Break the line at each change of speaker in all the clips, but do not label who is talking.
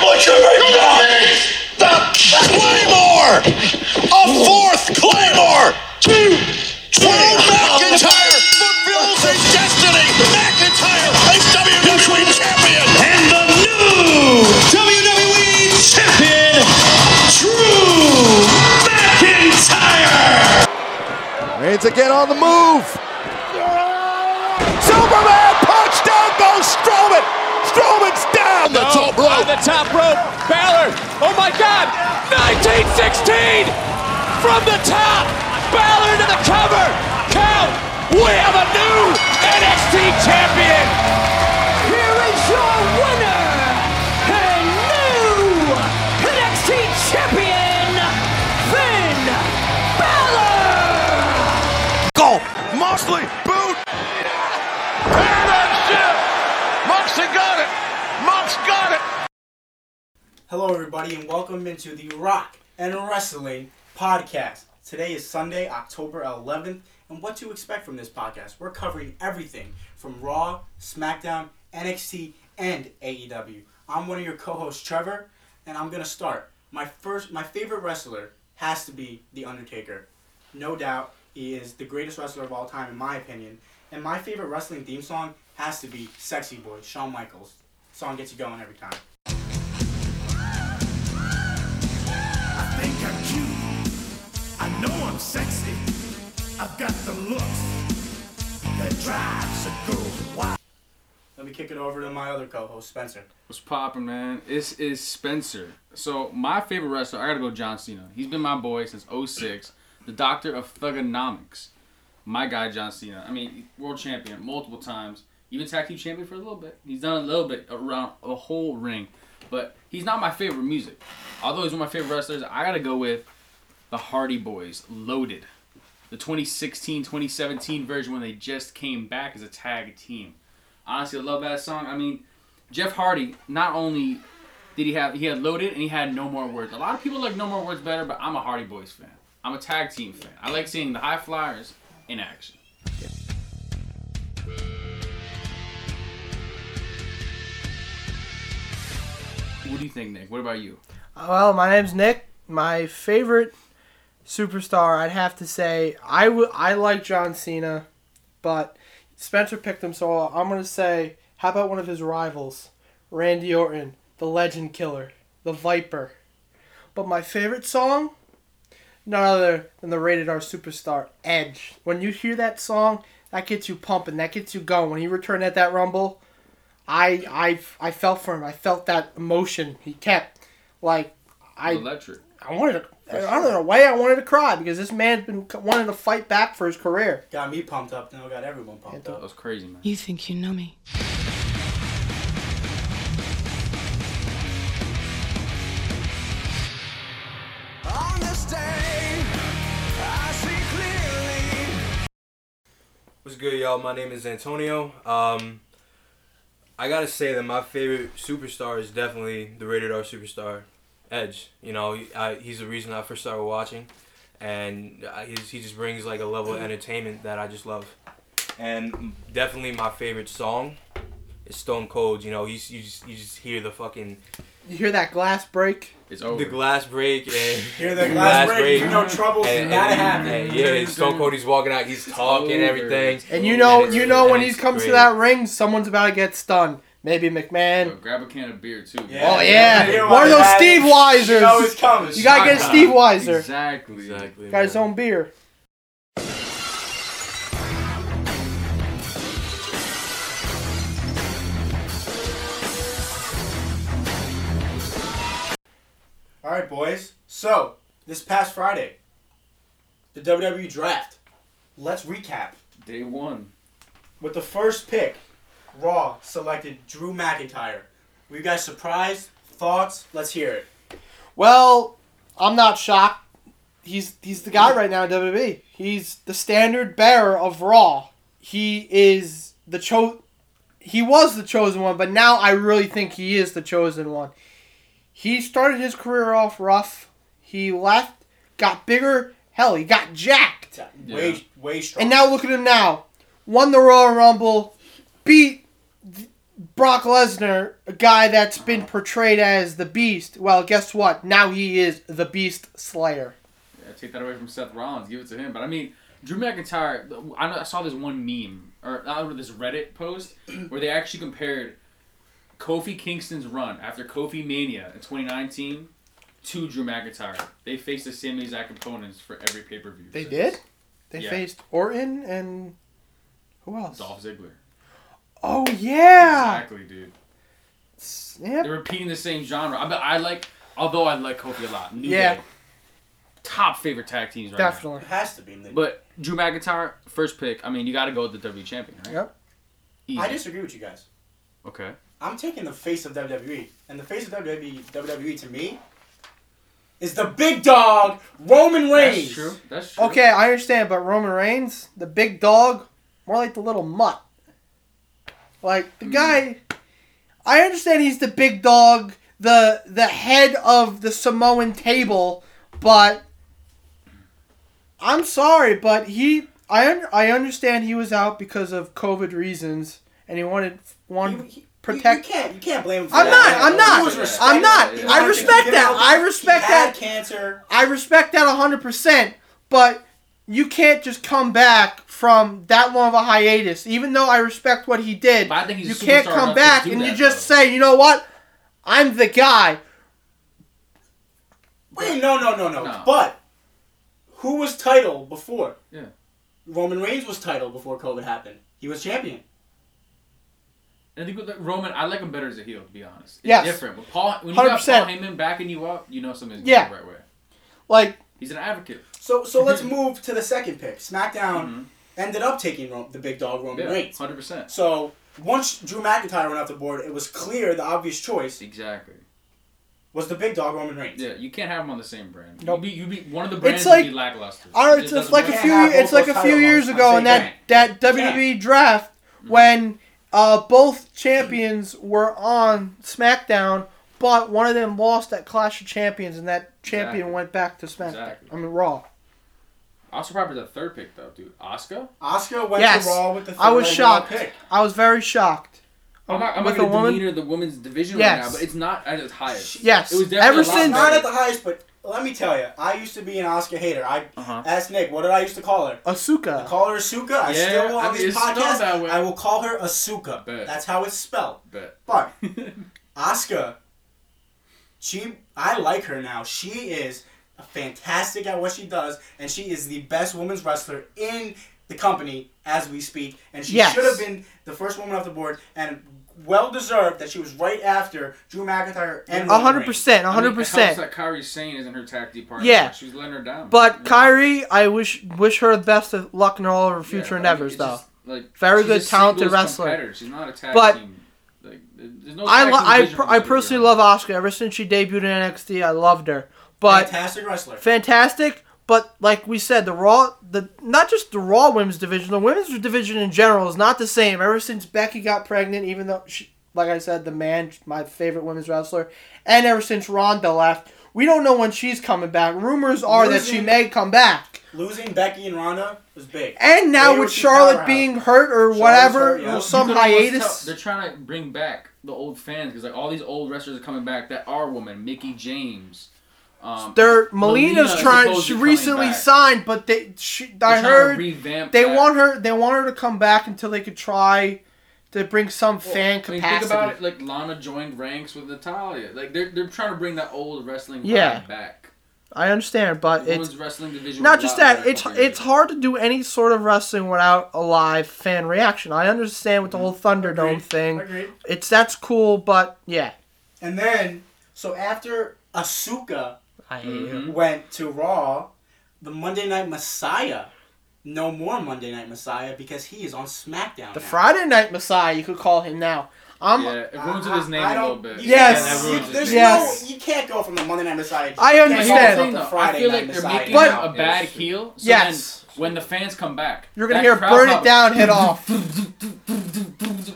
Put your big knife. The claymore. A fourth claymore. Two. Joe McIntyre fulfills his destiny. McIntyre, a WWE E champion.
And the new
E
WWE Champion, Drew McIntyre!
Reigns again on the move. Superman punch down goes Strowman. Strowman's down the top rope.
On the top rope, Balor. Oh my God! 1916 from the top. Balor to the cover. Count. We have a new NXT champion. Here is your winner, and new NXT champion, Finn Balor.
Go. Moxley boot. Moxley got it. Mox got it.
Hello, everybody, and welcome into the Rock and Wrestling podcast. Today is Sunday, October 11th, and what to expect from this podcast? We're covering everything from Raw, SmackDown, NXT, and AEW. I'm one of your co-hosts, Trevor, and I'm gonna start. My first, my favorite wrestler has to be The Undertaker. No doubt, he is the greatest wrestler of all time, in my opinion. And my favorite wrestling theme song has to be "Sexy Boy" Shawn Michaels. Song gets you going every time.
think I'm cute. I know I'm sexy. I've got the looks that drives a girl wild.
Let me kick it over to my other co-host, Spencer.
What's poppin', man? This is Spencer. So my favorite wrestler, I gotta go John Cena. He's been my boy since 06. The doctor of thugonomics. My guy John Cena. I mean, world champion multiple times. Even tag team champion for a little bit. He's done a little bit around the whole ring, but he's not my favorite music. Although he's one of my favorite wrestlers, I gotta go with the Hardy Boys, Loaded. The 2016-2017 version when they just came back as a tag team. Honestly, I love that song. I mean, Jeff Hardy not only did he have he had loaded and he had no more words. A lot of people like no more words better, but I'm a Hardy Boys fan. I'm a tag team fan. I like seeing the high flyers in action. What do you think, Nick? What about you?
Well, my name's Nick. My favorite superstar, I'd have to say, I w- I like John Cena, but Spencer picked him, so I'm gonna say, how about one of his rivals, Randy Orton, the Legend Killer, the Viper. But my favorite song, none other than the Rated R Superstar Edge. When you hear that song, that gets you pumping. That gets you going. When he returned at that Rumble, I I I felt for him. I felt that emotion he kept. Like I
Electric.
I wanted to, I don't know why I wanted to cry because this man's been c- wanting to fight back for his career.
Got me pumped up, now got everyone pumped
That
up.
was crazy, man.
You think you know me?
What's good, y'all? My name is Antonio. Um, I gotta say that my favorite superstar is definitely the Rated R superstar, Edge. You know, I, he's the reason I first started watching, and I, he's, he just brings like a level of entertainment that I just love. And definitely my favorite song is Stone Cold. You know, he's, you just you just hear the fucking
You hear that glass break?
It's over.
the glass break and
Hear the glass break, you know trouble's
and,
gotta
and-
happen.
and yeah, Stone Cold. He's walking out. He's talking
over.
everything.
And you know,
it's-
you know when
and
he
it's
comes to
great.
that ring, someone's about to get stunned. Maybe
Yo,
McMahon.
grab a can of beer too. man.
Yeah.
Oh yeah,
Yeah.
one of those
Yeah.
Steve
You know it's
Weisers.
coming.
You gotta get a Steve Weiser.
Exactly.
Exactly.
Got his
man.
own beer.
All right, boys. So this past Friday, the WWE draft. Let's recap.
Day one.
With the first pick, Raw selected Drew McIntyre. Were you guys surprised? Thoughts? Let's hear it.
Well, I'm not shocked. He's he's the guy right now in WWE. He's the standard bearer of Raw. He is the cho he was the chosen one, but now I really think he is the chosen one. He started his career off rough. He left, got bigger, hell, he got jacked.
Yeah.
Way, way strong.
And now look at him now. Won the Royal Rumble, beat Brock Lesnar, a guy that's been portrayed as the Beast, well, guess what? Now he is the Beast Slayer.
Yeah, take that away from Seth Rollins, give it to him. But I mean, Drew McIntyre. I know I saw this one meme or I don't know this Reddit post where they actually compared Kofi Kingston's run after Kofi Mania in 2019 to Drew McIntyre. They faced the same exact opponents for every pay per view.
They did? They
Yeah.
faced Orton and who else?
Dolph Ziggler.
Oh yeah.
Exactly, dude.
Yep.
They're repeating the same genre. I, bet I like, although I like Kofi a lot. New
Yeah.
Day, top favorite tag teams right now.
Definitely.
It has to be. Nick.
But Drew McIntyre, first pick. I mean, you got to go with the W champion, right?
Yep.
Easy.
I disagree with you guys.
okay.
I'm taking the face of WWE, and the face of E, WWE, WWE to me is the big dog Roman Reigns.
That's true. That's true.
Okay, I understand, but Roman Reigns, the big dog, more like the little mutt. Like the guy, I understand he's the big dog, the the head of the Samoan table, but I'm sorry, but he, I un- I understand he was out because of COVID reasons, and he wanted
You,
one.
you- you
protect-
can't. You can't blame him. For
I'm
that.
not. I'm
He was
not. I'm
respected.
not.
He
I
was
respect
given
that.
out-
I
he
respect
had
that.
Cancer.
I respect that 100%, but you can't just come back from that long of a hiatus, even though I respect what he did.
But I think he's
you
a
can't
superstar
come
enough to
back
do
and you
that,
just
though.
say, you know what? I'm the guy.
Wait, no, no, no, no,
No.
But who was title before?
Yeah.
Roman Reigns was title before COVID happened. He was champion.
And I think with the- Roman, I like him better as a heel, to be honest. It's
Yes.
different. But Paul, when you got Paul
100%.
Heyman backing you up, you know something's going
Yeah.
the right way.
Like,
He's an advocate.
So, so let's move to the second pick. SmackDown
Mm-hmm.
ended up taking Ro- the big dog Roman
Yeah,
Reigns.
100%.
So once Drew McIntyre went off the board, it was clear the obvious choice
Exactly.
was the big dog Roman Reigns.
Yeah, you can't have them on the same brand.
Nope.
You be, you be one of the brands
It's
would
like-
be lackluster.
I don't,
It
it's,
just
it's like a
doesn't
few.
work.
have both
It's like
those
a few
title
years
losses.
ago
I'm
in that that WWE draft when uh, both champions were on SmackDown, but one of them lost at Clash of Champions, and that champion
Exactly.
went back to SmackDown.
Exactly.
I mean Raw.
I was surprised by the third pick though, dude. Oscar.
Oscar went
Yes.
to Raw with the third
I was
overall
shocked.
pick.
I was very shocked.
I'm not, I'm
Oh, With
not
a
gonna
woman?
demeanor the women's division right
Yes.
now, but it's not at its highest.
Yes.
It was definitely
Ever
a lot
since-
Not
better.
at the highest, but let me tell you, I used to be an Oscar hater. I
Uh-huh.
asked Nick, what did I used to call her? I
Asuka.
call her Asuka. I
Yeah,
still will
I
on
mean,
this
it's spelled
podcast.
that way.
I will call her Asuka.
Bet.
That's how it's spelled.
But
But Asuka, she, I like her now. She is fantastic at what she does, and she is the best women's wrestler in the company as we speak. And she
Yes.
should have been the first woman off the board, and well deserved that she was right after Drew McIntyre and
A
Roman
hundred
Reigns.
percent. A
I mean,
hundred
it helps
percent.
That Kyrie Sane isn't her tag team partner.
Yeah.
she's letting her down.
But
Yeah.
Kyrie, I wish wish her the best of luck in all of her
Yeah,
future
like,
endeavors,
it's
though.
just, like,
Very
she's a
good, talented
singles
wrestler.
competitor. She's not a tag
But-
team. Like, there's no
I
tag
lo-
team
I,
division
per-
for
I
her.
personally love Oscar ever since she debuted in NXT. I loved her, but
fantastic wrestler.
fantastic. But like we said, the Raw, the not just the Raw women's division, the women's division in general is not the same. Ever since Becky got pregnant, even though she, like I said, the man, my favorite women's wrestler, and ever since Ronda left, we don't know when she's coming back. Rumors are that she
Losing-
may come back.
Losing Becky and Ronda was big.
And now
They were
with
two
Charlotte
powerhouses.
being hurt or
Charlotte's
whatever,
hurt, yeah.
or
You
some
could almost tell-
hiatus.
they're trying to bring back the old fans because like all these old wrestlers are coming back that are women. Mickey James. Um,
They're
Melina
Molina's
is
trying.
supposed to
She
be coming
recently
back.
signed, but they. She,
They're
I
trying to
heard
revamp
they
that.
want her. They want her to come back until they could try to bring some fan
I
capacity.
mean, Think about it. Like Lana joined ranks with Natalia. Like they're they're trying to bring that old wrestling vibe
Yeah.
back.
I understand, but it's
Women's wrestling division.
not
was a
just
lot better
that.
a
It's
couple years
it's
ago.
hard to do any sort of wrestling without a live fan reaction. I understand with the whole
Mm-hmm.
Thunderdome
Agreed.
thing.
Agreed.
It's that's cool, but yeah,
And then, so after Asuka
I hate
Mm-hmm.
you.
went to Raw, the Monday Night Messiah. No more Monday Night Messiah because he is on SmackDown.
The
now.
Friday Night Messiah, you could call him now. I'm.
Yeah, it ruins
I-
his name
I
a little
don't-
bit.
You
Yes.
can't-
Yeah, that ruins
you,
his
there's
name.
Yes.
no. You can't go from the Monday Night Messiah.
I
you can't
But
understand.
go
here's the
from
thing,
the
though. I
Friday
feel
Night
like they're
Messiah.
making
But-
out a bad heel. So
Yes.
Then, when the fans come back,
You're gonna
that
hear
crowd
"Burn It
probably-
Down" hit off.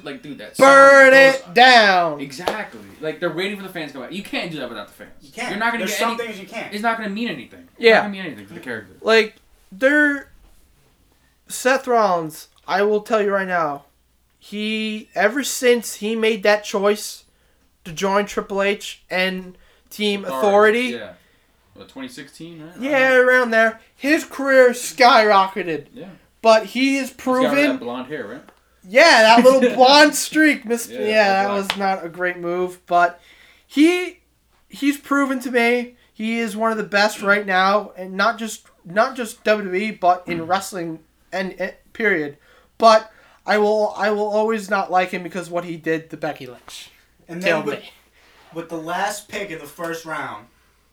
Like, dude, that
Burn
song
it
goes-
down.
Exactly. Like they're waiting for the fans to come back. You can't do that without the fans.
You can't.
You're not gonna
There's
get
some
any-
things you can't.
It's not gonna mean anything. It's
Yeah.
Not gonna mean anything for the character.
like they're Seth Rollins. I will tell you right now, he ever since he made that choice to join Triple H and Team Authority,
Yeah. What, 2016, right?
yeah, around there, his career skyrocketed.
Yeah.
But he is
He's got rid of that
proven.
blonde hair, right?
Yeah, that little blonde streak. Miss,
Yeah,
yeah,
blonde.
that was not a great move, but he he's proven to me he is one of the best right now, and not just not just WWE, but in wrestling and, and period. But I will I will always not like him because what he did to Becky Lynch.
And
Tell
then with,
me.
with the last pick in the first round,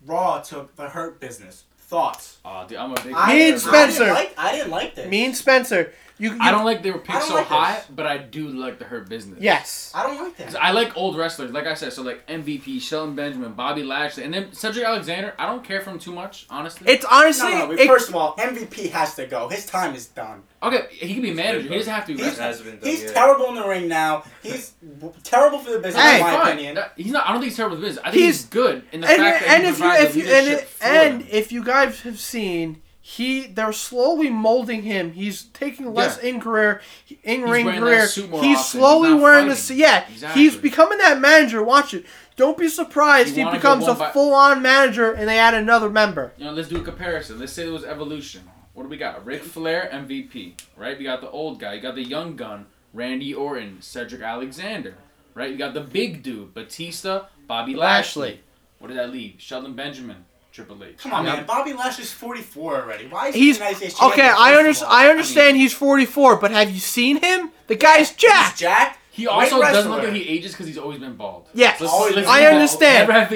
Raw took the Hurt Business. Thoughts?
Oh, dude, I'm a big.
Me and
Spencer.
I didn't
Spencer.
like, I didn't like this.
Me and Spencer, you. you
I don't like they were
I
picked
don't
so
like this.
high, but I do like the Hurt Business.
Yes.
I don't like that.
I like old wrestlers, like I said, so like MVP, Shelton Benjamin, Bobby Lashley, and then Cedric Alexander. I don't care for him too much, honestly.
It's honestly.
No, no,
it-
first of all, MVP has to go. His time is done.
okay, he can be a manager. He doesn't have to be
He's,
wrestling.
has been done,
he's
yeah.
terrible in the ring now. He's w- terrible for the business,
Hey,
in my
Fine.
opinion.
That- He's not. I don't think he's terrible with business. I think he's,
He's-
good in the
and,
fact that
and
he
if you
provides
if
the
you and,
leadership for
and
them.
if you guys have seen he they're slowly molding him he's taking less
Yeah.
in career in ring
wearing that
career
suit more
he's
often.
slowly
He's not
wearing the
fighting.
yeah he's
Exactly.
becoming that manager watch it don't be surprised
You
he
wanna go
becomes a
one by-
full on manager and they add another member
you know, let's do a comparison. Let's say it was Evolution. What do we got? Ric Flair, MVP, right? We got the old guy. You got the young gun, Randy Orton, Cedric Alexander, right? You got the big dude, Batista, Bobby Lashley.
Lashley.
What did that leave? Sheldon Benjamin, Triple H.
Come on,
I mean,
man. Bobby Lashley's 44 already. Why is
he's
he the United States
okay
champion,
I,
first of
under,
all?
I understand he's 44 but have you seen him the guy's
He's
jacked
jacked.
He
Great
also doesn't
wrestler.
look like he ages because he's always been bald.
Yes.
Let's-
Always been
let's be
bald.
bald.
understand.
Never have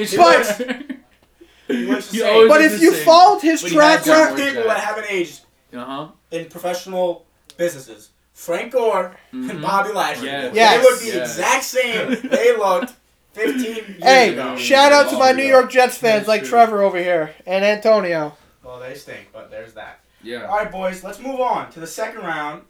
issues.
But-
He looks the
He
same.
always
but
He's
if
the
you
same.
followed his
But he
track
has that
record
one-
people that haven't aged
uh huh.
in professional businesses. Frank Gore
Mm-hmm.
and Bobby Lashley.
Yes.
Mm-hmm. Yes.
They look the
Yes.
exact same they looked 15 years ago.
Hey, shout out to my
Oh,
New
yeah.
York Jets fans
That's
like
true.
Trevor over here and Antonio.
Well, they stink, but there's that. All
Yeah.
right, boys, let's move on to the second round.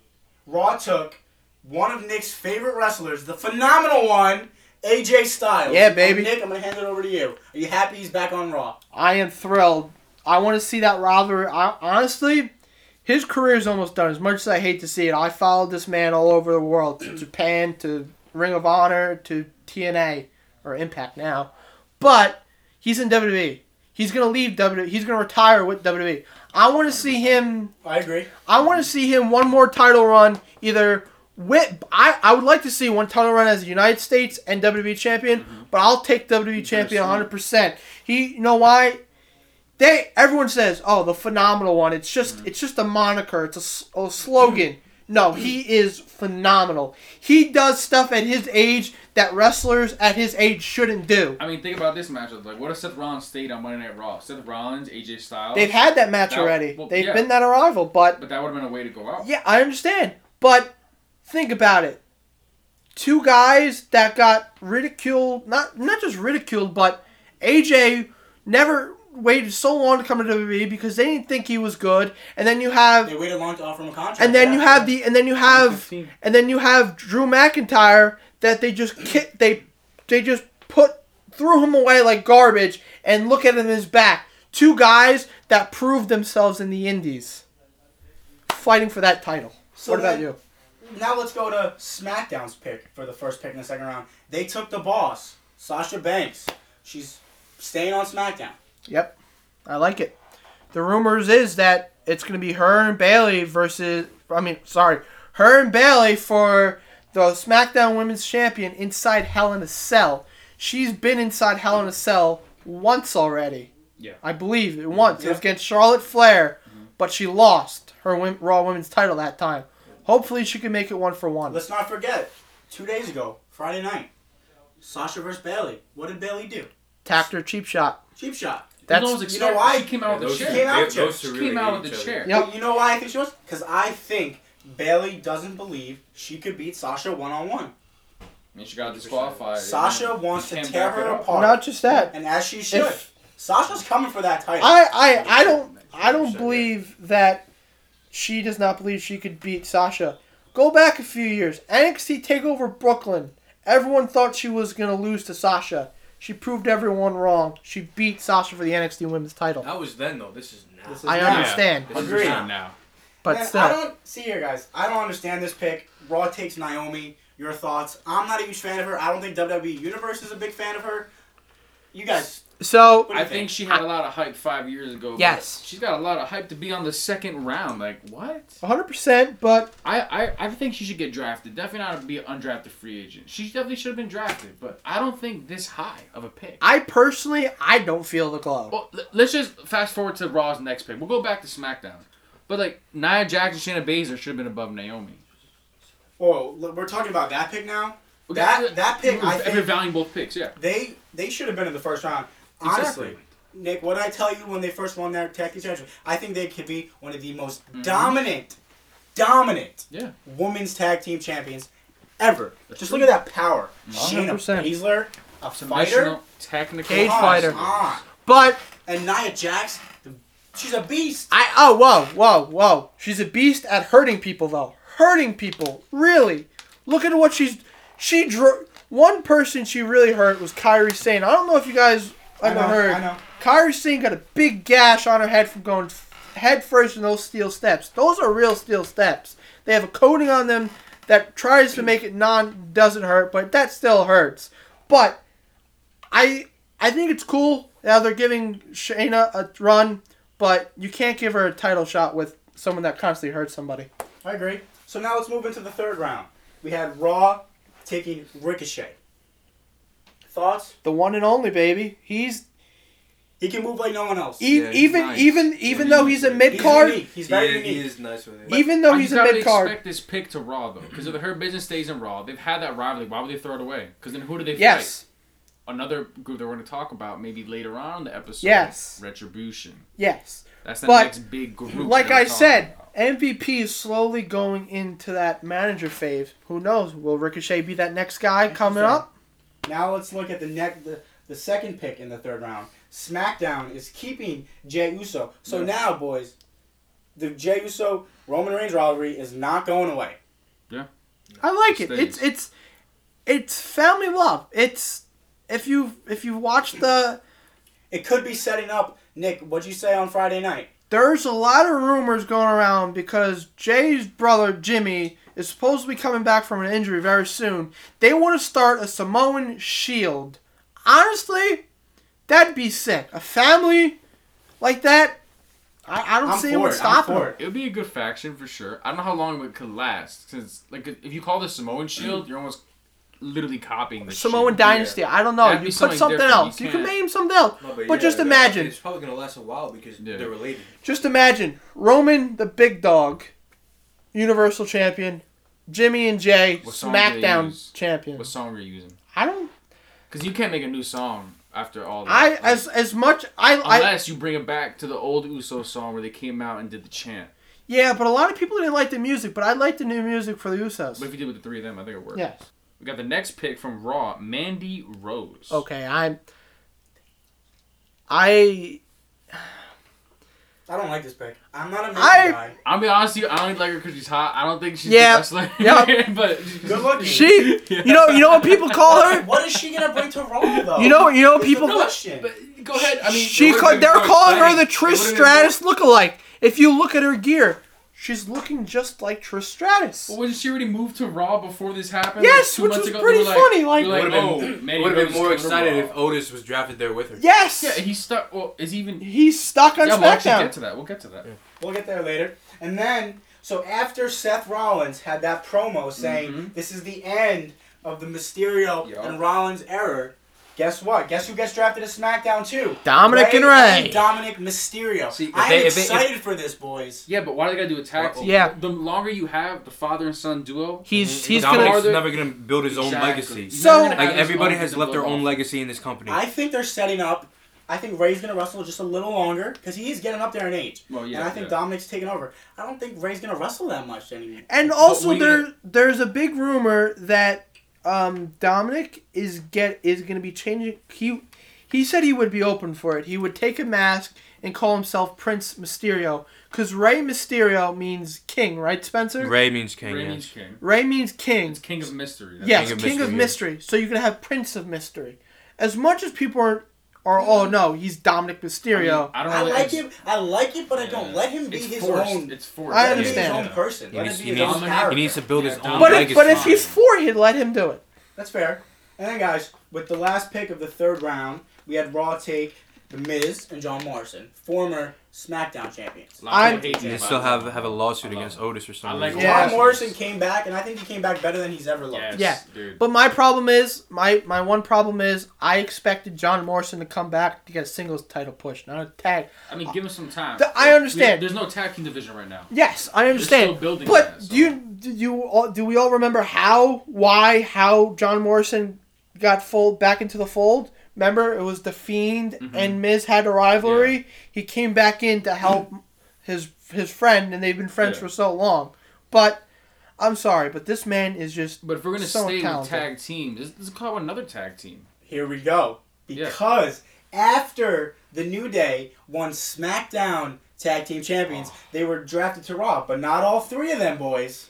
Raw took one of Nick's favorite wrestlers, the phenomenal one, AJ Styles.
Yeah, baby.
Nick, I'm going to hand it over to you. Are you happy he's back on Raw?
I am thrilled. I want to see that rivalry. I, honestly, his career is almost done. As much as I hate to see it, I followed this man all over the world to Japan, to Ring of Honor, to TNA, or Impact now. But he's in WWE. He's going to leave WWE. He's going to retire with WWE. I want to see him.
I agree.
I want to see him one more title run, either with I, I would like to see one title run as a United States and WWE champion,
Mm-hmm.
but I'll take WWE champion 100. percent He, you know why? They everyone says, "Oh, the phenomenal one." It's just
Mm-hmm.
it's just a moniker. It's a s- a, slogan. No, he is phenomenal. He does stuff at his age that wrestlers at his age shouldn't do.
I mean, think about this matchup. Like, what if Seth Rollins stayed on Monday Night Raw? Seth Rollins, AJ Styles.
They've had that match
That-
already.
well,
They've
yeah.
been that arrival, but
But that would have been a way to go out.
Yeah, I understand. But think about it. Two guys that got ridiculed, not not just ridiculed, but AJ never waited so long to come to WWE because they didn't think he was good. And then you have
They waited long to offer him a contract.
and then you
Yeah.
have the and then you have
15.
and then you have Drew McIntyre that they just ki- they they just put threw him away like garbage and look at him as back. Two guys that proved themselves in the indies fighting for that title.
So
what about
then-
you?
Now let's go to SmackDown's pick for the first pick in the second round. They took the boss, Sasha Banks. She's staying on SmackDown.
Yep. I like it. The rumors is that it's going to be her and Bailey versus I mean, sorry, her and Bailey for the SmackDown Women's Champion inside Hell in a Cell. She's been inside Hell in a Cell once already.
Yeah.
I believe it once. It was
Yeah.
against Charlotte Flair, but she lost her win- Raw Women's title that time. Hopefully, she can make it one for one.
Let's not forget, two days ago, Friday night, Sasha versus Bailey. What did Bailey do?
Tapped her cheap shot.
Cheap shot.
That's
no one's
you know
expecting-
why?
She came out with
Those
a
two-
chair.
came out with
they- those two
She
really
came out
hate
with
each
a
other.
chair.
Yep.
But you know why I think she was? Because I think Bailey doesn't believe she could beat Sasha one on one.
And she got disqualified.
Sasha
And
wants to
can't
tear
back it
her
up.
apart.
Not just that.
and as she should.
If-
Sasha's coming for that title.
I, I, I don't I don't believe that she does not believe she could beat Sasha. Go back a few years. NXT Takeover Brooklyn. Everyone thought she was gonna lose to Sasha. She proved everyone wrong. She beat Sasha for the NXT Women's title.
That was then though. This is now.
This is
I
not-
understand,
This is
Agreed.
now.
now.
but
Man,
still,
I don't see here, guys. I don't understand this pick. Raw takes Naomi. your thoughts. I'm not a huge fan of her. I don't think WWE Universe is a big fan of her. You guys,
So
what do
I
you
think she had a lot of hype five years ago. but
Yes.
she's got a lot of hype to be on the second round. Like what?
100%, but
I, I, I think she should get drafted. Definitely not be an undrafted free agent. She definitely should have been drafted, but I don't think this high of a pick.
I personally I don't feel the glow.
Well, l- let's just fast forward to Raw's next pick. We'll go back to SmackDown. But like Nia Jackson, Shayna Baszler should have been above Naomi.
Oh, look, we're talking about that pick now. That that pick, I
Every
think
valuing both picks, yeah.
they they should have been in the first round. Honestly, Nick, what did I tell you when they first won their tag team championship? I think they could be one of the most dominant, dominant
Yeah.
women's tag team champions ever. Just look at that power. Shayna
100%.
Baszler, a fighter.
National technical.
Cage
Come
fighter.
on.
But
And Nia Jax, the- she's a beast.
I oh whoa whoa whoa. She's a beast at hurting people though. Hurting people really. Look at what she's she drew. One person she really hurt was Kyrie Sane. I don't know if you guys ever
know,
heard.
I know.
Kyrie Sane got a big gash on her head from going f- head first in those steel steps. Those are real steel steps. They have a coating on them that tries to make it non doesn't hurt, but that still hurts. But I I think it's cool now they're giving Shayna a run, but you can't give her a title shot with someone that constantly hurts somebody.
I agree. So now let's move into the third round. We had Raw taking Ricochet. Thoughts?
The one and only baby. He's
He can move like no one else.
e-
Yeah, he's
even
nice.
even even
Yeah,
though
he's
he's a
nice.
mid
He's
card.
unique. He's
He,
very
is, he
unique.
is nice with it.
Even though
I
he's a
gotta
mid card.
expect this pick to Raw though, because if her business stays in Raw, they've had that rivalry. Why would they throw it away? Because then who do they
Yes.
fight? Another group that we're going to talk about maybe later on in the episode.
Yes.
Retribution.
Yes.
That's the
But,
next big group.
Like
that we're
I
talking
said,
about.
MVP is slowly going into that manager phase. Who knows? Will Ricochet be that next guy coming up?
Now let's look at the neck the, the second pick in the third round. SmackDown is keeping Jey Uso. So now, boys, the Jey Uso Roman Reigns rivalry is not going away.
I like it.
Stays.
It's it's it's family love. It's if you if you watch the
It could be setting up. Nick, what'd you say on Friday night?
there's a lot of rumors going around because Jay's brother Jimmy is supposed to be coming back from an injury very soon. They want to start a Samoan Shield. Honestly, that'd be sick. A family like that, I, I don't
I'm
see
for
anyone
it.
stopping.
I'm
them.
for it.
It would be a good faction for sure. I don't know how long it could last since, like, if you call the Samoan Shield, you're almost literally copying the
Samoan
Shield.
Dynasty. I don't know.
That'd be
you put
something
something
different. You
else. You, can
can't-
name something else.
No,
but
yeah,
just
that-
imagine.
It's probably gonna last a while because
Yeah.
they're related.
Just imagine Roman the Big Dog, Universal Champion, Jimmy and Jay,
What song do they use?
SmackDown Champion.
What song are you using?
I don't.
Because you can't make a new song after all that.
I
Like,
as as much I I
unless you bring it back to the old Uso song where they came out and did the chant.
yeah, but a lot of people didn't like the music, but I like the new music for the
But if
Usos.
you did with the three of them, I think it worked.
Yes.
We got the next pick from Raw, Mandy Rose.
Okay, I'm. I
I don't like this pick. I'm not a man
I-
guy.
I'll be honest with you, I only like her because she's hot. I don't think she's
Yeah.
the wrestler.
Yeah.
but
Good looking.
she you know you know what people call her.
What is she gonna bring to Raw though?
You know you know what
It's
people.
the question.
But go ahead. I mean,
she
it would've
called,
been
they're
more
calling her the
exciting. It
Trish
would've been
Stratus lookalike. If you look at her gear, she's looking just like Trish Stratus.
more- Wasn't she already moved to Raw before this happened?
Yes,
two
which
months
was
ago,
pretty
they were
funny, like-
they were
Would have
oh,
been,
Mandy
would've been
Rose
more
is coming to
excited
Raw.
if Otis was drafted there with her.
Yes.
Yeah, he's stuck. Well, is he even?
He's stuck on
yeah, we'll actually
SmackDown.
get to that. We'll get to that.
We'll get there later. And then, so after Seth Rollins had that promo saying this is the end of the Mysterio
Yeah.
and Rollins era, guess what? Guess who gets drafted to SmackDown too?
Dominic and Rey.
Dominic Mysterio.
See, if
I am
they- if they- if-
excited for this, boys.
Yeah, but why do they gotta do a tag team?
Yeah.
The longer you have the father and son duo,
He's he's
Dominic's
gonna.
Farther-
never gonna build his own
Exactly.
legacy.
You're never
So-
gonna have
Like
this
everybody
long
has
to
left their
build
own
off.
legacy in this company.
I think they're setting up. I think Ray's gonna wrestle just a little longer because he is getting up there in age.
Well, yeah,
and I think
yeah.
Dominic's taking over. I don't think Ray's gonna wrestle that much anymore.
And also,
we-
there there's a big rumor that um, Dominic is get is gonna be changing. He he said he would be open for it. He would take a mask and call himself Prince Mysterio, because Rey Mysterio means king, right, Spencer?
Ray means king.
Ray
yes.
means king.
Rey means king.
It's king of mystery. That's
Yes,
King
King,
of
of,
Mystery,
mystery, So you can have Prince of Mystery. As much as people are Or oh no, he's Dominic Mysterio.
I don't
I
really
like
it's-
him. I like it, but I don't.
Yeah.
Let him be
It's
his
forced.
own.
It's forced.
I
let him be
understand
his own
that.
person.
He
let
needs,
him
he,
be his
needs,
own
he
character.
he needs to build his
Yeah,
own
Dom-
but
legacy.
if, but if he's for him, let him do it.
That's fair. And then, guys, with the last pick of the third round, we had Raw take The Miz and John Morrison, former SmackDown champions.
Lot of
I'm-
people hate
they
that.
still have have a lawsuit
I love
against
it.
Otis or
I
something.
like
Yeah.
John Morrison came back, and I think he came back better than he's ever looked.
Yes,
Yeah.
dude.
But my problem is, my my one problem is, I expected John Morrison to come back to get a singles title push, not a tag.
I mean, give him some time.
Th- I
Like,
understand.
we- There's no tag team division right now.
Yes, I
still
understand.
building
but
that, so-
do you do you all, do we all remember how, why, how John Morrison got fold back into the fold? Remember, it was the Fiend
Mm-hmm.
and Miz had a rivalry. He came back in to help his his friend, and they've been friends
Yeah.
for so long. But I'm sorry, but this man is just.
But if we're gonna
so
stay
talented.
with tag teams, let's- let's call another tag team.
Here we go.
Yeah.
Because after the New Day won SmackDown Tag Team Champions, they were drafted to Raw, but not all three of them boys.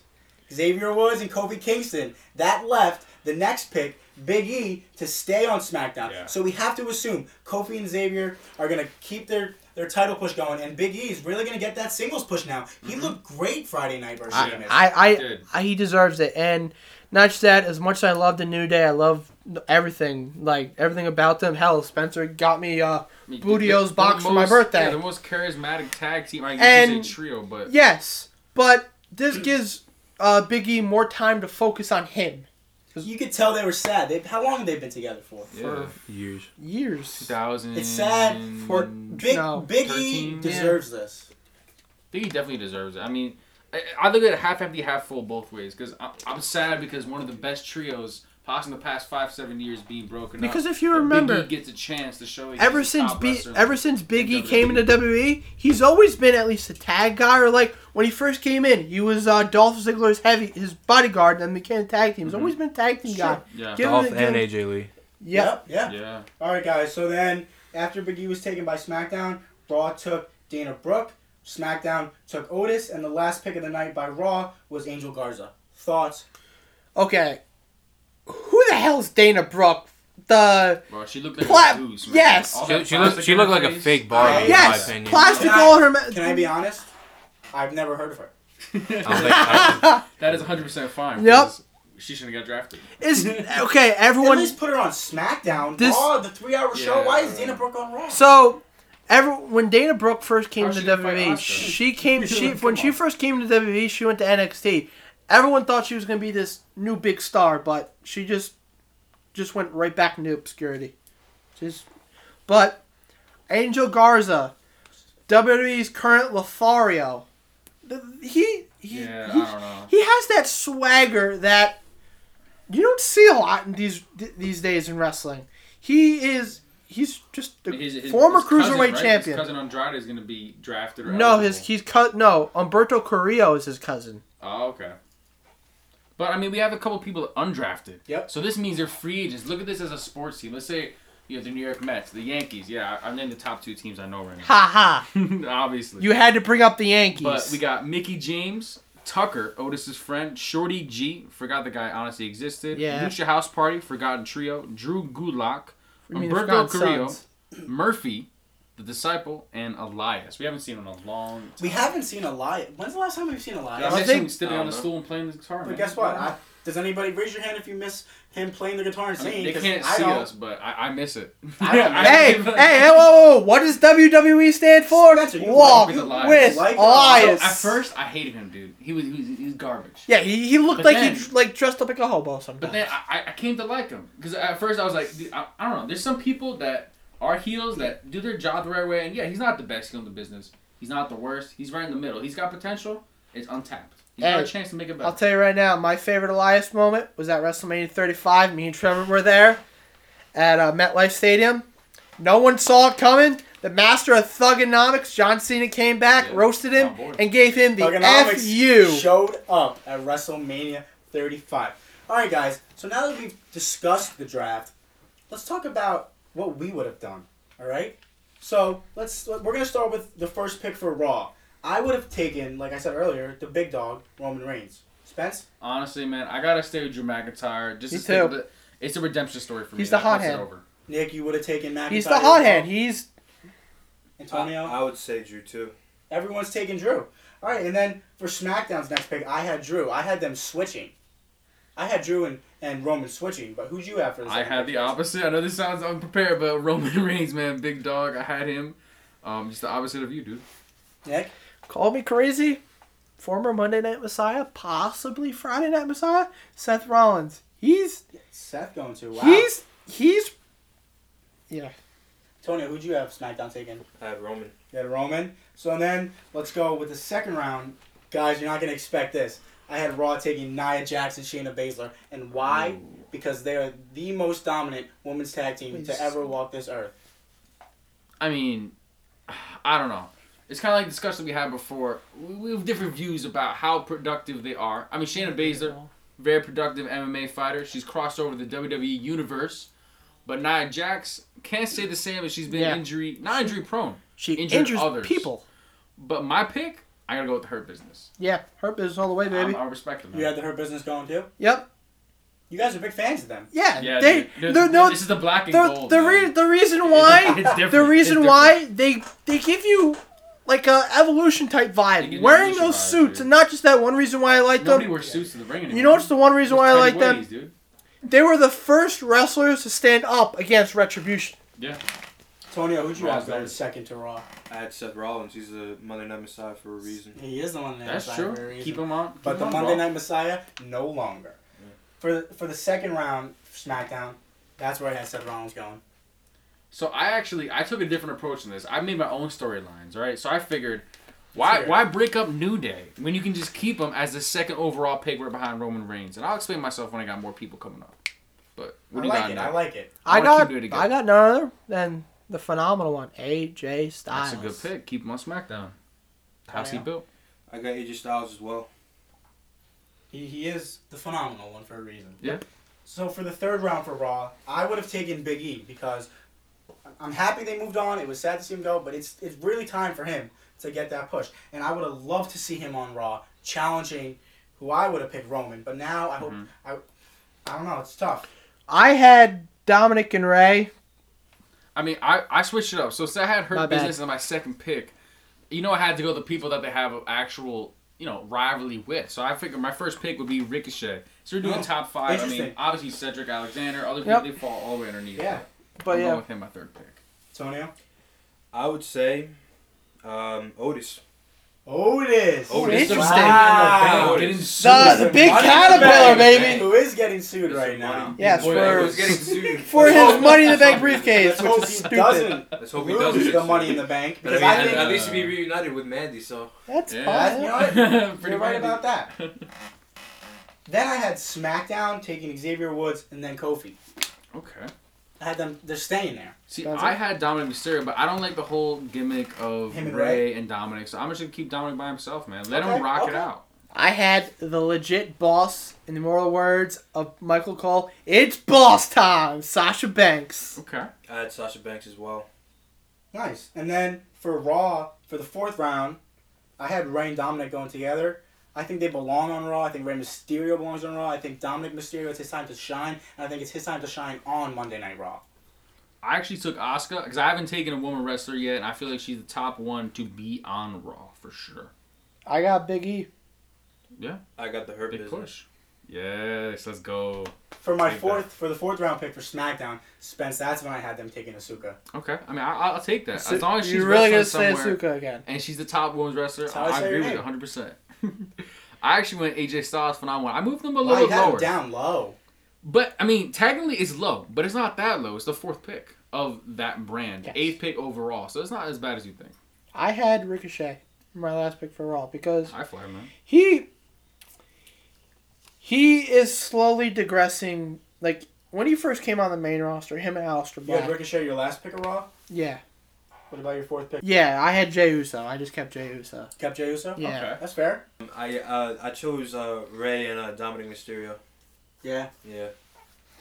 Xavier Woods and Kofi Kingston. That left the next pick, Big E, to stay on SmackDown.
Yeah.
So we have to assume Kofi and Xavier are gonna keep their their title push going, and Big E is really gonna get that singles push now. He looked great Friday night versus
I,
Sheamus.
I, I,
Dude.
I, he deserves it. And not just that, as much as I love the New Day, I love everything, like everything about them. Hell, Spencer got me uh,
I mean,
Budio's
the- the
box for my
most-
birthday.
Yeah, the most charismatic tag team. I guess
And-
it's a trio, but
Yes, but this gives uh, Biggie more time to focus on him.
you could tell they were sad. They, how long have they been together for?
yeah.
years.
Years.
2000.
It's sad for Big
Mm, No.
Big E
13?
deserves this.
think he definitely deserves it. I mean, I, I look at it half empty, half full both ways because I'm, I'm sad because one of the best trios possibly in the past five, seven years being broken up.
Because if you
But Big
remember-
E gets a chance to show. he's
Ever
a
since
top
B,
wrestler.
ever since Biggie
WWE.
came into WWE, he's always been at least a tag guy or like when he first came in, he was uh, Dolph Ziggler's heavy his bodyguard, then became a tag team. He's
Mm-hmm.
always been a tag team guy.
Yeah.
Give him
Dolph
the- give
and
him-
AJ Lee.
Yeah.
Yeah.
yeah,
All right, guys. So then, after Big E was taken by SmackDown, Raw took Dana Brooke. SmackDown took Otis, and the last pick of the night by Raw was Angel Garza. Thoughts?
Okay. Who the hell's Dana Brooke? The
bro, she looked like
Pla-
a goose. man.
yes.
All
She,
that
she looked
plastic
she
in her
looked like a
face.
fake Barbie.
yes,
in my opinion.
plastic all her. ma-
Can I be honest? I've never heard of her.
I'm like, I-
That is 100 percent fine.
Yep.
'cause She shouldn't have got drafted.
Is okay.
At
Everyone.
least put her on SmackDown.
This-
Raw, the three-hour show.
Yeah.
Why is Dana Brooke on Raw?
So, ever when Dana Brooke first came
How's
to
Oh, she gonna fight
WWE,
Oscar?
she came. She
Come
when she
on.
first came to WWE, she went to NXT. Everyone thought she was gonna be this new big star, but she just just went right back into obscurity. Just, but Angel Garza, WWE's current Lothario, th- he he
Yeah, I
he,
don't know.
he has that swagger that you don't see a lot in these these days in wrestling. He is he's just a
His- his-
former
his cousin,
cruiserweight
right?
champion.
His cousin Andrade is gonna be drafted. Or
no, his
eligible.
he's cut. No, Umberto Carrillo is his cousin.
Oh, okay. But I mean, we have a couple people undrafted.
Yep.
So this means they're free agents. Look at this as a sports team. Let's say you have the New York Mets, the Yankees. Yeah, I- I've named the top two teams I know right now.
Ha ha!
Obviously.
You had to bring up the Yankees.
but we got Mickey James, Tucker, Otis's friend, Shorty G, forgot the guy honestly existed.
Yeah.
Lucha House Party, Forgotten Trio, Drew Gulak,
mean the Forgotten
Umberto Carrillo,
Sons.
Murphy, the Disciple, and Elias. We haven't seen him in a long time.
we haven't seen Elias. When's the last time we've seen
I,
Elias?
Yeah, I
think
think-
sitting
I
on
don't
the
know.
stool and playing the guitar.
But
man.
guess what? I, does anybody raise your hand if you miss him playing the guitar and
I mean,
singing?
they
'Cause
can't
I
see
don't.
us, but I, I miss it.
don't-
I-
Hey, hey,
I-
hey, whoa, whoa, whoa, what does WWE stand for?
Spencer, you
Walk
like-
you
with
like
Elias.
So, at first, I hated him, dude. He was he was, he was garbage.
yeah, he, he looked
But
like he
then-
dr- like dressed up like a hobo sometimes.
But then I, I- I came to like him because at first I was like, dude, I, I don't know. There's some people that are heels that do their job the right way, and yeah, he's not the best heel in the business. He's not the worst. He's right in the middle. He's got potential. It's untapped. He's got
Hey,
a chance to make it better.
I'll tell you right now, my favorite Elias moment was at WrestleMania 35. Me and Trevor were there at uh, MetLife Stadium. No one saw it coming. The master of thugonomics, John Cena, came back,
Yeah,
roasted him,
my boy.
and gave him the
Thugonomics
FU.
showed up at WrestleMania 35. All right, guys. So now that we've discussed the draft, let's talk about what we would have done. All right. So let's. We're gonna start with the first pick for Raw. I would have taken, like I said earlier, the big dog Roman Reigns. Spence.
Honestly, man, I gotta stay with Drew McIntyre. Just
Me
to stick
too.
with it. It's a redemption story for me.
He's the
That puts it
hothead.
over.
Nick, you would have taken McIntyre.
He's the hot hand. He's
Antonio.
I, I would say Drew too.
Everyone's taking Drew. All right, and then for SmackDown's next pick, I had Drew. I had them switching. I had Drew and, and Roman switching, but who'd you have for this?
I had the opposite. I know this sounds unprepared, but Roman Reigns, man, big dog. I had him. Um, just the opposite of you, dude.
Nick?
Call me crazy. Former Monday Night Messiah, possibly Friday Night Messiah, Seth Rollins. He's
Seth going to. Wow.
he's he's yeah.
Antonio, who'd you have SmackDown taking?
I had Roman.
You had Roman. So then let's go with the second round. Guys, you're not going to expect this. I had Raw taking Nia Jackson, Shayna Baszler. And why? Because they are the most dominant women's tag team to ever walk this earth.
I mean, I don't know. It's kind of like the discussion we had before. We- We have different views about how productive they are. I mean, Shayna Baszler, very productive MMA fighter. She's crossed over the WWE universe. But Nia Jax can't say the same as she's been
Yeah.
injury, not injury prone.
She
Injured
injures
others.
people.
But my pick, I gotta go with her business.
Yeah, her business all the way, baby.
I'm, I respect them.
You had the Her Business going too?
yep.
You guys are big fans of them.
Yeah.
yeah,
they
dude. Dude,
they're no
this is the black and
the,
gold.
the,
man.
re- the reason why
different.
the reason
It's
why they they give you like a evolution type
give
vibe
you
wearing
evolution
those
vibes,
suits
dude.
and not just that one reason why I like
Nobody
them.
wears suits to the ring anymore.
You know what's the one reason why I
There's
like
10
them?
ways, dude.
They were the first wrestlers to stand up against retribution.
Yeah.
Antonio, who'd you
Raw's
have going
better.
second to Raw?
I had Seth Rollins. He's the Monday Night Messiah for a reason.
He is the one that
That's
decided for a
true.
reason.
Keep them on.
But
keep
the
'em on
Monday
Raw.
Night Messiah, no longer. For for the second round SmackDown, that's where I had Seth Rollins going.
So I actually I took a different approach in this. I made my own storylines, right? So I figured, why
Sure.
why break up New Day when you can just keep them as the second overall pick right behind Roman Reigns? And I'll explain myself when I got more people coming up. But
I
what do you
like
got
it.
now?
I like it.
I
I,
wanna
got
keep it together.
I got none other than the phenomenal one, AJ Styles.
That's a good pick. Keep him on SmackDown. How's he
know.
built?
I got AJ Styles as well.
He, he is the phenomenal one for a reason.
Yeah.
So for the third round for Raw, I would have taken Big E because I'm happy they moved on. It was sad to see him go, but it's it's really time for him to get that push. And I would have loved to see him on Raw challenging who I would have picked Roman. But now I hope
Mm-hmm.
I I don't know. It's tough.
I had Dominic and Ray.
I mean, I, I switched it up. So say I had her
My bad.
business as my second pick. You know, I had to go the people that they have a actual you know rivalry with. So I figured my first pick would be Ricochet. So we're doing
Oh,
top five. I mean,
interesting.
obviously Cedric Alexander, other
Yep.
people they fall all the way underneath.
Yeah.
But
I'm
yeah,
going with him my third pick.
Antonio.
I would say um, Otis.
Oh, Otis.
Ooh,
Otis.
interesting.
Wow.
Otis.
the, the Uh, big
Money in
caterpillar,
bank.
baby.
Who is getting sued right now?
Yes,
Boy,
for-
I was getting sued. Oh.
For his money in the bank briefcase,
Let's hope
which is
he
stupid.
doesn't
Let's hope he doesn't.
lose
get
the
sued.
money in the bank
But I
because
mean,
I
at, at
think
least be reunited with Mandy. So
That's
Yeah.
That's-
fine.
you know what?
Pretty
You're right
handy.
about that. Then I had SmackDown taking Xavier Woods and then Kofi.
Okay.
I had them. They're staying there.
See,
That's
I
it.
had Dominic Mysterio, but I don't like the whole gimmick of
Him
Ray
and
and Dominic. So I'm just gonna keep Dominic by himself, man. Let
Okay,
him rock it
okay.
out.
I had the legit boss, in the moral words of Michael Cole, it's boss time, Sasha Banks.
Okay.
I had Sasha Banks as well.
Nice. And then for Raw for the fourth round, I had Ray and Dominic going together. I think they belong on Raw. I think Rey Mysterio belongs on Raw. I think Dominic Mysterio it's his time to shine, and I think it's his time to shine on Monday Night Raw.
I actually took Asuka because I haven't taken a woman wrestler yet, and I feel like she's the top one to be on Raw for sure.
I got Big E.
I got the Hurt
Big
Business.
push. Yes, let's go.
For my
Take
fourth for the fourth round pick for SmackDown, Spence. That's when I had them taking Asuka.
Okay. I mean, I, I'll take that as long as she's
You're really gonna
wrestling
say
somewhere.
Asuka again.
and she's the top women's wrestler.
how I
I,
say her
agree with you
name.
100. percent I actually went AJ Styles phenomenal. I moved them a
Wow,
little
you had
lower,
them down low.
but I mean, technically it's low, but it's not that low. It's the fourth pick of that brand, eighth pick overall, so it's not as bad as you think.
I had Ricochet, my last pick for Raw, because
I fly, man.
he he is slowly digressing. Like when he first came on the main roster, him and Aleister
You had
Black.
Ricochet your last pick of Raw.
Yeah,
What about your fourth pick?
yeah. I had Jey Uso. I just kept Jey Uso.
Kept Jey Uso.
Yeah.
Okay.
That's fair.
Um, I uh, I chose uh, Ray and uh, Dominic Mysterio.
Yeah.
Yeah.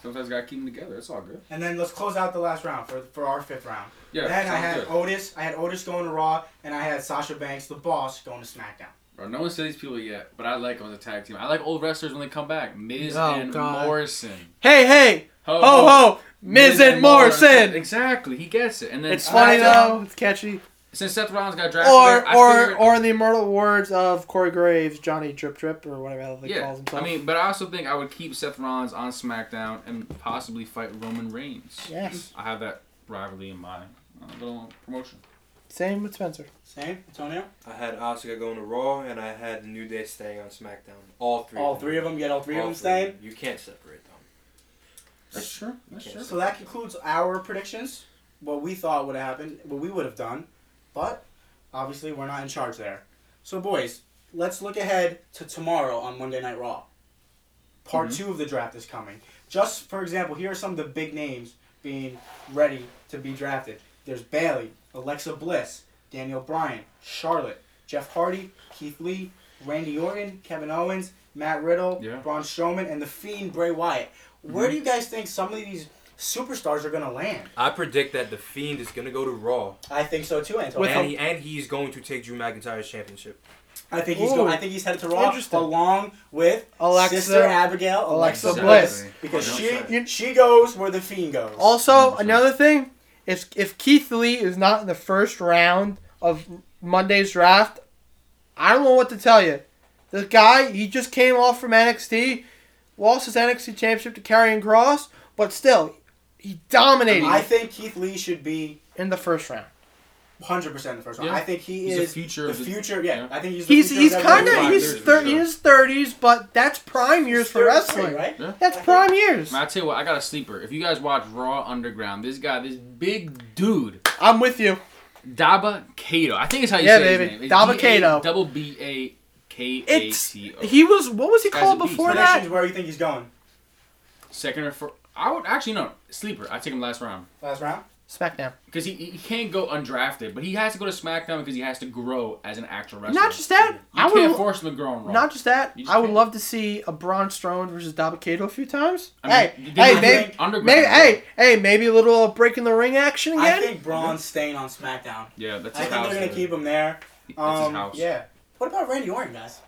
Sometimes you gotta keep them together. That's all good.
And then let's close out the last round for for our fifth round.
Yeah.
then I
sounds
had
good.
Otis. I had Otis going to Raw, and I had Sasha Banks, the boss, going to SmackDown.
Bro, no one said these people yet, but I like them as a tag team. I like old wrestlers when they come back. Miz
Oh,
and
God.
Morrison.
Hey, hey,
Ho,
ho, ho! Miz and Morrison.
Exactly, he gets it. And then
It's funny
SmackDown-
um,
though. It's catchy.
Since Seth Rollins got drafted,
Or
I
or
figured-
or in the immortal words of Corey Graves, Johnny Drip Drip or whatever the hell he
yeah,
calls himself.
I mean, but I also think I would keep Seth Rollins on SmackDown and possibly fight Roman Reigns.
yes.
I have that rivalry in my uh, little promotion.
Same with Spencer.
Same, Antonio.
I had Oscar going to Raw, and I had New Day staying on SmackDown. All three.
All three of them get all three
All
of them staying.
You can't separate them.
That's true. That's true.
So that concludes our predictions. What we thought would have happened, what we would have done, but obviously we're not in charge there. So boys, let's look ahead to tomorrow on Monday Night Raw. Part two of the draft is coming. Just for example, here are some of the big names being ready to be drafted. There's Bailey, Alexa Bliss, Daniel Bryan, Charlotte, Jeff Hardy, Keith Lee, Randy Orton, Kevin Owens, Matt Riddle,
Yeah.
Braun Strowman, and the Fiend Bray Wyatt. Where do you guys think some of these superstars are gonna land?
I predict that the Fiend is gonna go to Raw,
I think so too, Antonio.
With
and
a-
he, and he's going to take Drew McIntyre's championship.
I think he's
Ooh.
going. I think he's headed to Raw
Interesting.
along with
Alexa-
Sister Abigail, Alexa,
Alexa
Bliss,
Bliss.
because she
Yeah,
she goes where the Fiend goes.
Also, another thing, if if Keith Lee is not in the first round of Monday's draft, I don't know what to tell you. The guy, he just came off from NXT, lost his NXT championship to Karrion Cross, but still, he dominated
I think Keith Lee should be
in the first round.
hundred percent the first round.
Yeah.
I think he
He's the
is
future
The
of the-
future, yeah.
yeah.
I think he's. The
He's
future
he's
of
kind
WWE.
of
kinda-
he's
He's
thir- in his thirties, but that's prime
He's
years for
33,
wrestling.
right?
Yeah.
That's prime years.
Man, I tell you what, I got a sleeper. If you guys watch Raw Underground, this guy, this big dude,
I'm with you.
Daba Kato. I think it's how you
Yeah,
say
baby.
his name.
Daba
D A
Kato.
Double B A K A
It's
T O.
he was what was he
Guy's
called
a beast,
before
man.
that?
Predictions where you think he's going?
Second or fourth. I would actually no sleeper. I take him last round
Last round.
SmackDown.
because he, he can't go undrafted, but he has to go to SmackDown because he has to grow as an actual wrestler.
Not just that.
you
I
can't
would
force him to grow on Raw.
Not just that,
You just
I would
can't.
love to see a Braun Strowman versus Dabakato a few times.
I mean,
hey,
you did
hey,
not
maybe,
think underground.
maybe, hey, hey, maybe a little break in the ring action
I
again.
think Braun's staying on SmackDown.
yeah, that's
I
his
think
house.
they're gonna
dude.
keep him there.
That's his
Um,
house.
Yeah. What about Randy Orton, guys?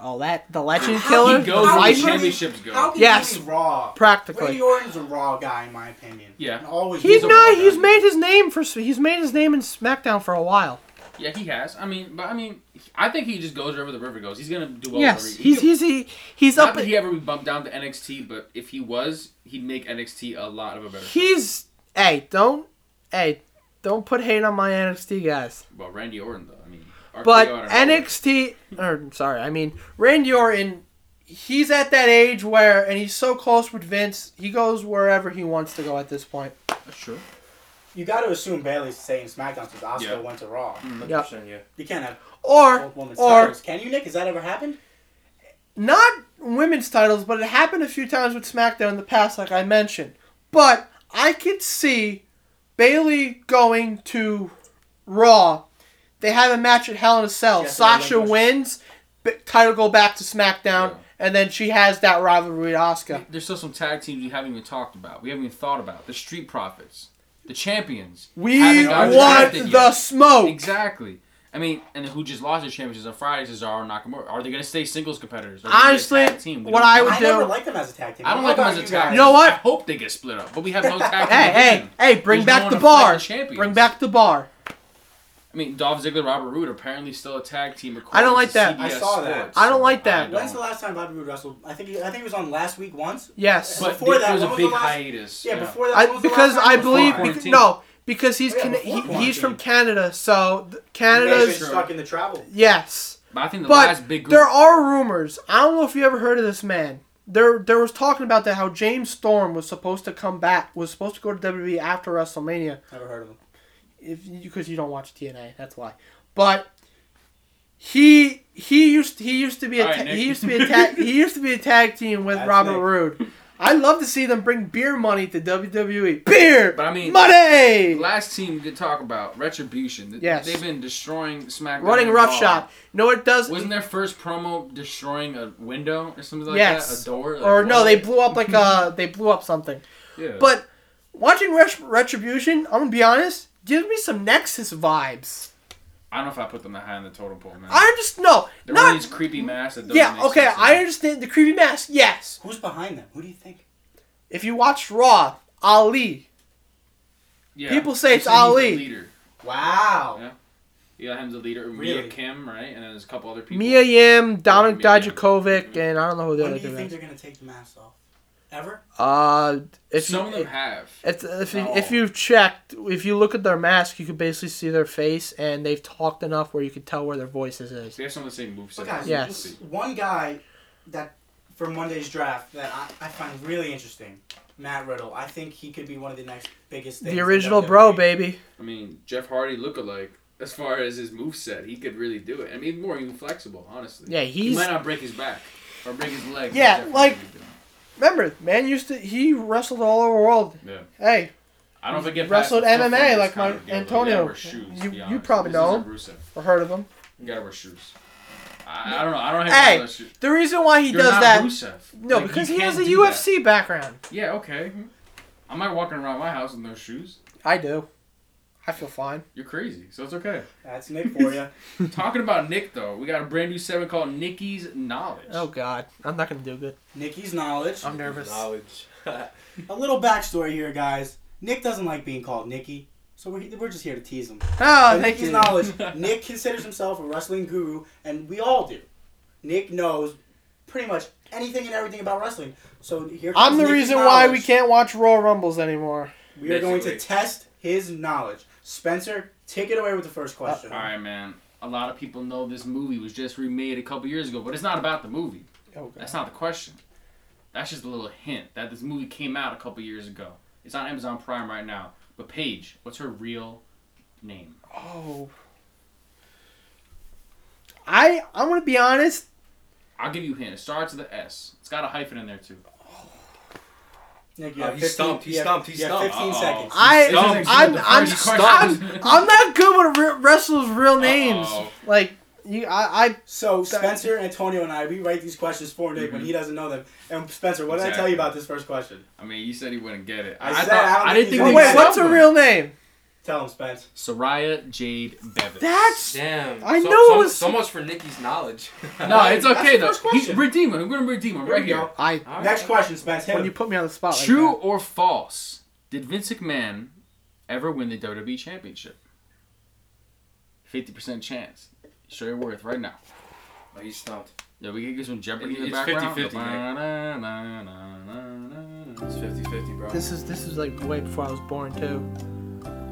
oh, that the Legend
How
Killer,
he
the
goes where the
Viper,
champion-
championships go.
How can
Yes.
he be Raw? Randy
practically.
Orton's a raw guy, in my opinion.
Yeah.
And always
He's
a
will.
not.
wild
He's
guy.
made his name for. He's made his name in SmackDown for a while.
Yeah, he has. I mean, but I mean, I think he just goes wherever the river goes. He's gonna do well.
yes,
wherever he-
he's
he,
he's he, he's
Not
up.
that he ever would bump down to NXT, but if he was, he'd make NXT a lot of a better.
he's hey, don't hey, don't put hate on my NXT guys.
well, Randy Orton though. I mean, RKO
But
and
NXT, or sorry, I mean Randy Orton, he's at that age where, and he's so close with Vince, he goes wherever he wants to go at this point.
That's true.
You got to assume Bailey's saying SmackDown because Oscar
Yeah.
went to Raw.
100%, yeah.
You can't have
Or,
both women's
or
titles. Can you, Nick? Has that ever happened?
not women's titles, but it happened a few times with SmackDown in the past, like I mentioned. But I could see Bailey going to Raw. They have a match at Hell in a Cell.
Yes, I
Sasha
remember.
wins, b- title go back to SmackDown,
Yeah.
and then she has that rivalry with Asuka.
There's still some tag teams we haven't even talked about. We haven't even thought about the Street Profits, the Champions.
We
haven't gotten
want
drafted
the
yet.
smoke.
exactly. I mean, and who just lost their championships on Friday? Cesaro and Nakamura. Are they gonna stay singles competitors? Are they gonna be a
Honestly,
tag team? We
what
don't
I
know.
would
I never
do.
liked them as a tag team.
I don't
How
like them
about
as a
you
tag.
guys?
You know what?
I hope they get split up, but we have no tag team.
Hey, hey,
division.
hey! Bring
There's no
back
one
the
to fight
bar.
champions.
Bring back the bar.
I mean, Dolph Ziggler, Robert Roode, apparently still a tag team.
I don't
according
like
to
that.
CBS
I saw that.
Sports,
I don't
so
like that.
I
When's
don't.
the last time Bobby Roode wrestled? I think he, I think he was on last week once.
Yes,
But
Before
there-
that,
there was
when
a
was the
big
last-
hiatus.
Yeah, before that. when
I,
was the
because
last time
I
he was
believe
on?
bec-
quarantine.
no, because he's
Yeah,
Can-
before
he, he's
quarantine.
from Canada, so th-
They've been
Canada's
Sure.
stuck in the travel.
yes.
But I think the
But
last big group.
there are rumors. I don't know if you ever heard of this man. There, there was talking about that how James Storm was supposed to come back, was supposed to go to WWE after WrestleMania,
Never heard of him.
if because you don't watch TNA, that's why. But he he used he used to be a
All right,
ta-
Nick.
he used to be a tag he used to be a tag team with
That's
Robert
Nick.
Roode. I'd love to see them bring beer money to WWE. Beer,
But I mean-
money,
last team to talk about retribution. Th-
Yes.
they've been destroying SmackDown.
running
and
roughshod.
Raw.
You know what it does?
Wasn't their first promo destroying a window or something like
yes,
that? A door? Like,
or no,
what?
they blew up like uh they blew up something.
Yeah.
But watching Ret- Retribution, I'm gonna be honest, gives me some Nexus vibes.
I don't know if I put them that high on the totem pole, man.
I just no,
They're one
not
of these creepy masks that doesn't
yeah.
make
Okay,
sense to
I
me.
understand the creepy mask. Yes,
Who's behind them? Who do you think?
if you watch Raw, Ali.
Yeah.
People say
They
it's
he's the
Ali.
leader.
Wow.
Yeah. You got him as a leader.
Really?
Mia Kim, right? And then there's a couple other people.
Mia Yim, Dominic
Mia Yim.
Dijakovic, and I don't know who the
When
other
do you
dude
think
is.
they're gonna take the mask off? Ever?
Uh, if
Some
you,
of them have.
It's, if, you,
No.
if you've checked, if you look at their mask, you can basically see their face, and they've talked enough where you can tell where their voices is.
They have some of the same moveset.
But guys,
Yes.
just one guy that for Monday's draft that I, I find really interesting, Matt Riddle. I think he could be one of the next biggest things. in
The
E.
original
WWE.
bro, baby.
I mean, Jeff Hardy look-alike. As far as his moveset, he could really do it. I mean, more even flexible, honestly.
Yeah,
He
he's.
might not break his back or break his leg.
Yeah,
Jeff Hardy
like-
could do it.
Remember, man used to. He wrestled all over the world.
Yeah.
Hey,
I don't think it
Wrestled
passed the
MMA
filters
like my-
kind of deal, though. You
Antonio.
gotta wear shoes,
You-
to be
you
honest.
probably
This
know.
isn't Rusev.
I heard of him.
You gotta wear shoes. I, I don't know. I don't have
Hey,
those shoes.
The reason why he
You're
does
not
that.
Rusev.
No,
Like, you
because he
can't
has a
do that.
UFC background.
Yeah, okay. I'm not walking around my house in those shoes.
I do. I feel fine.
You're crazy, so it's okay.
That's Nick for you.
Talking about Nick though, we got a brand new segment called Nikki's Knowledge.
Oh God, I'm not gonna do good.
Nikki's knowledge.
I'm nervous.
Knowledge.
A little backstory here, guys. Nick doesn't like being called Nicky, so we're, we're just here to tease him.
Oh,
With
thank
Nikki's
you.
knowledge, Nick considers himself a wrestling guru, and we all do. Nick knows pretty much anything and everything about wrestling. So here comes
I'm the
Nikki's
reason why we
knowledge.
can't watch Royal Rumbles anymore.
We are going to
Basically.
test his knowledge. Spencer, take it away with the first question.
Uh, All right, man. A lot of people know this movie was just remade a couple years ago, but it's not about the movie.
Oh God.
That's not the question. That's just a little hint that this movie came out a couple years ago. It's on Amazon Prime right now. But Paige, what's her real name?
Oh. I I'm gonna be honest.
I'll give you a hint. It starts with the S. It's got a hyphen in there too.
Nick, you
Oh,
have
he
15
stumped, he
you have-
stumped, he
you have
stumped.
15
Uh-oh.
seconds.
I
This isn't
I'm I'm,
even the
I'm,
first
I'm,
question.
I'm not good with re- wrestlers' real names.
Uh-oh.
Like you, I, I
So Spencer, Antonio, and I, we write these questions for Nick when he doesn't know them. And Spencer, what did I tell you
Mm-hmm. Exactly.
about this first question?
I mean, you said he wouldn't get it.
I
I, I
said,
thought
I don't
I didn't
think he's
think. we
gonna
wait.
get
got
What's her
one.
real name?
Tell him, Spence.
Soraya Jade Bevins.
That's
Damn.
I
so,
know
so,
it was-
so much for Nikki's knowledge.
no, it's
That's
okay
the
though.
first
He's
question.
redeeming. I'm gonna redeem him
Here
right
we
here.
go.
I.
All right.
Next question, Spence. Hit
When you
him.
put me on the spot, like
True
that.
or false? Did Vince McMahon ever win the WWE Championship? Fifty percent chance. Show your worth right now.
Oh, he's stumped.
Yeah, we can get some Jeopardy in the
It's
background.
50-50,
Da-ba-da-da-da-da-da-da.
It's 50 50, bro.
This is this is like way before I was born too.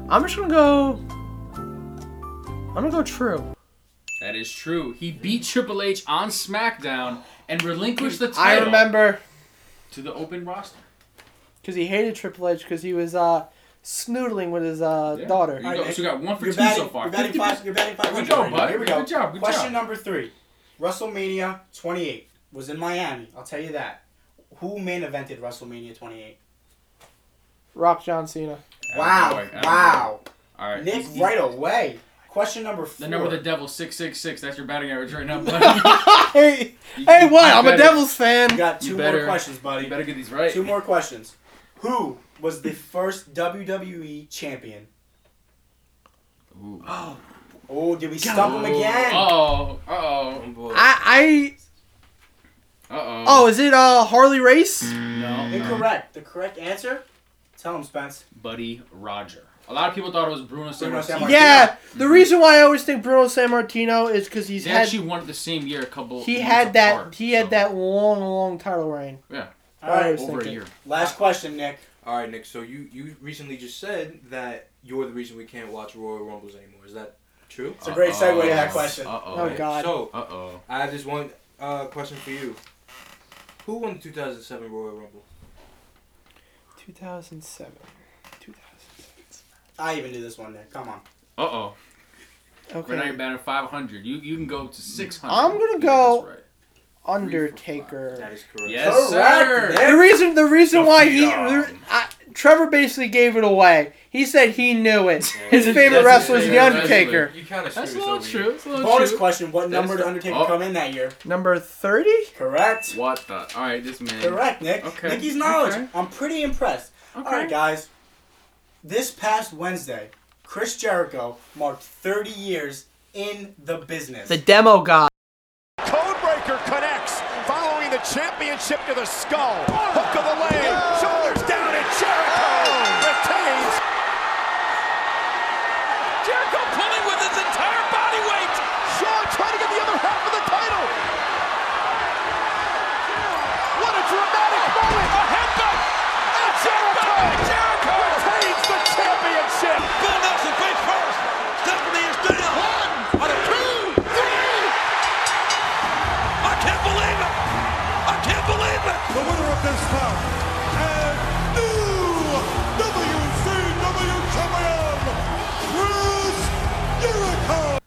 I'm just gonna go. I'm gonna go true.
That is true. He beat Triple H on SmackDown and relinquished the title
I remember
to the open roster.
because he hated Triple H because he was uh snoodling with his uh
Yeah.
daughter.
There you go. So we got one for
You're
two
batting,
so far.
You're batting
50%.
five. You're batting five.
Good job, bud.
Here we go.
Good job, good
Question
job.
number three. WrestleMania 28 was in Miami. I'll tell you that. Who main evented WrestleMania 28?
Rock John Cena.
Wow!
Attaboy, attaboy.
wow!
All right.
Nick, right away. Question number four.
The number of the devil, 666. That's your batting average right now, buddy.
hey,
You-
hey,
you-
what?
you
I'm a
better-
Devils
You
fan.
got
you
two
better-
more questions, buddy.
You better get these right.
Two more questions. Who was the first WWE champion?
Ooh. Oh,
Oh, did we stump him again?
Uh-oh. Uh-oh.
boy.
I,
Uh-oh.
I. Oh, is it uh Harley Race?
No, no.
Incorrect. The correct answer? Tell him, Spence.
Buddy Roger. A lot of people thought it was Bruno
Bruno
Sammartino.
Sammartino.
Yeah. The reason why I always think Bruno Sammartino is because he's
They
had
actually won it the same year a couple
he
months
had that
apart,
he
so
had that long long title reign.
All right.
Alright.
over a
thinking.
year.
Last question, Nick.
All right, Nick. So you you recently just said that you're the reason we can't watch Royal Rumbles anymore. Is that true?
It's a great segue to that question.
Uh-oh.
Oh, God.
So
Uh-oh.
I have this one uh, question for you. Who won the 2007 Royal Rumble?
2007. 2007.
I even do this one, Nick. Come on.
Uh-oh.
Okay.
Right now you're batting 500. You you can go to 600.
I'm gonna
You get this
go-
right.
That
Undertaker.
is correct.
Yes, sir.
Correct.
The reason the reason
The
why he
Fiend.
the- I, Trevor basically gave it away. He said he knew it. His
That's
favorite
his
wrestler is the
favorite
Undertaker.
You kind of
That's a little true. That's a little
Bonus
true.
question. What number did Undertaker
Oh.
come in that year?
Number thirty.
Correct.
What the? All right, this man.
Correct, Nick.
Okay.
Nicky's knowledge.
Okay.
I'm pretty impressed. All right, guys. This past Wednesday, Chris Jericho marked 30 years in the business.
The demo god.
Codebreaker connects, following the championship to the skull. Hook of the leg, shoulders down at Jericho.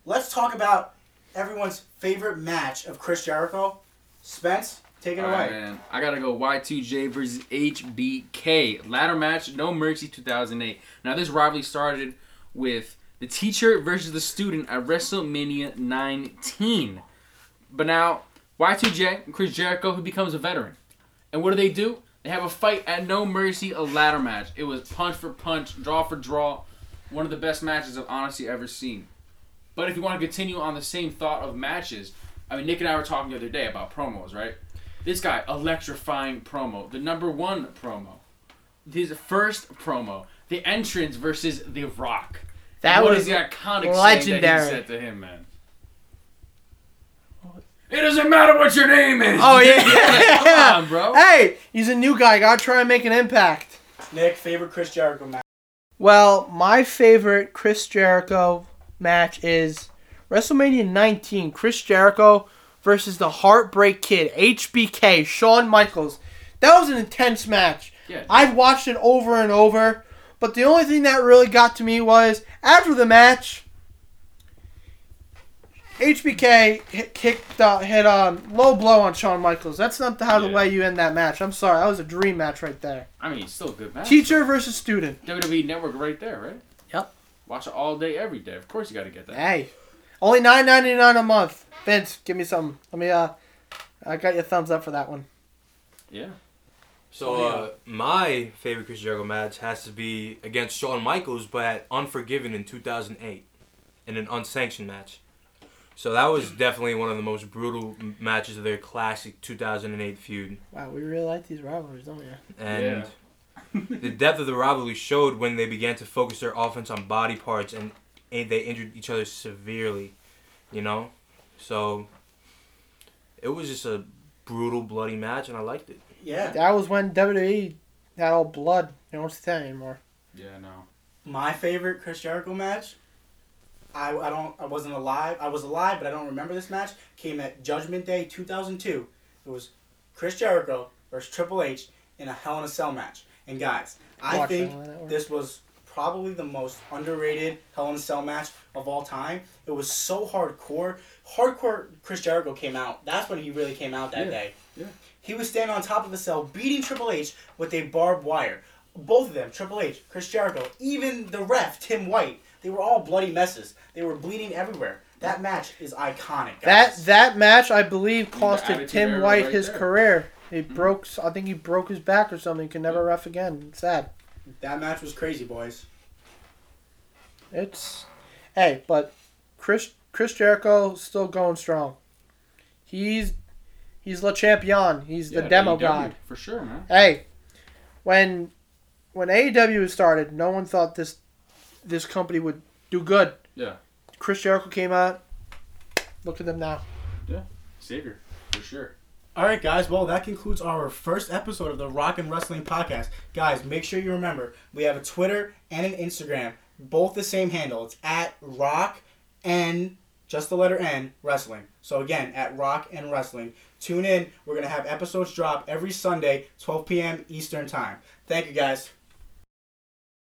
let's talk about everyone's favorite match of Chris Jericho. Spence, take it
All
away.
right, man. I gotta go Y2J versus HBK. Ladder match, no mercy 2008. Now, this rivalry started with the teacher versus the student at WrestleMania 19. But now, Y2J and Chris Jericho, who becomes a veteran. And what do they do? They have a fight at No Mercy, a ladder match. It was punch for punch, draw for draw. One of the best matches I've honestly ever seen. But if you want to continue on the same thought of matches, I mean, Nick and I were talking the other day about promos, right? This guy, electrifying promo, the number one promo, his first promo, the entrance versus The Rock.
That
What
was
is the iconic saying that
legendary.
he said to him, man? It doesn't matter what your name is.
Oh yeah.
Come on, bro.
hey, he's a new guy. Gotta try and make an impact.
Nick, favorite Chris Jericho match.
Well, my favorite Chris Jericho match is WrestleMania 19, Chris Jericho versus the Heartbreak Kid, HBK, Shawn Michaels. That was an intense match.
Yeah.
I've watched it over and over, but the only thing that really got to me was after the match, HBK hit, kicked uh, hit um low blow on Shawn Michaels. That's not how the
Yeah.
way you end that match. I'm sorry, that was a dream match right there.
I mean, it's still a good match.
Teacher versus student.
WWE Network right there, right?
Yep.
Watch it all day, every day. Of course, you got to get that.
Hey, only nine ninety nine a month. Vince, give me some. Let me. Uh, I got your thumbs up for that one.
Yeah. Oh,
So uh, my favorite Chris Jericho match has to be against Shawn Michaels, but at Unforgiven in 2008, in an unsanctioned match. So that was definitely one of the most brutal m- matches of their classic 2008 feud,
Wow, we really like these rivalries, don't we?
and the depth of the rivalry showed when they began to focus their offense on body parts, and, and they injured each other severely. You know, so it was just a brutal, bloody match, and I liked it.
Yeah.
That was when WWE had all blood. You don't see that anymore.
Yeah, no.
My favorite Chris Jericho match. I, I don't I wasn't alive. I was alive, but I don't remember this match. Came at Judgment Day 2002. It was Chris Jericho versus Triple H in a Hell in a Cell match. And guys, I
Watch
think
Hell in a Cell.
this was probably the most underrated Hell in a Cell match of all time. It was so hardcore. Hardcore Chris Jericho came out. That's when he really came out that
Yeah.
day.
Yeah.
He was standing on top of the cell, beating Triple H with a barbed wire. Both of them, Triple H, Chris Jericho, even the ref, Tim White, they were all bloody messes. They were bleeding everywhere. That match is iconic.
That
Guys.
that match, I believe,
Attitude
costed Tim
Era
White
right
his
there. Hmm.
career. He broke. I think he broke his back or something. Could never ref again. Sad.
that match was crazy, boys.
It's hey, but Chris Chris Jericho still going strong. He's he's Le Champion. He's the
Yeah, E
demo
AEW,
god.
For sure, man.
Hey, when when AEW started, no one thought this this company would do good.
Yeah.
Chris Jericho came out. Look at them now.
Savior. For sure.
All right, guys. Well, that concludes our first episode of the Rock and Wrestling Podcast. Guys, make sure you remember we have a Twitter and an Instagram, both the same handle. It's at Rock and just the letter N Wrestling. So again, at Rock and Wrestling. Tune in. We're gonna have episodes drop every Sunday, 12 p.m. Eastern Time. Thank you, guys.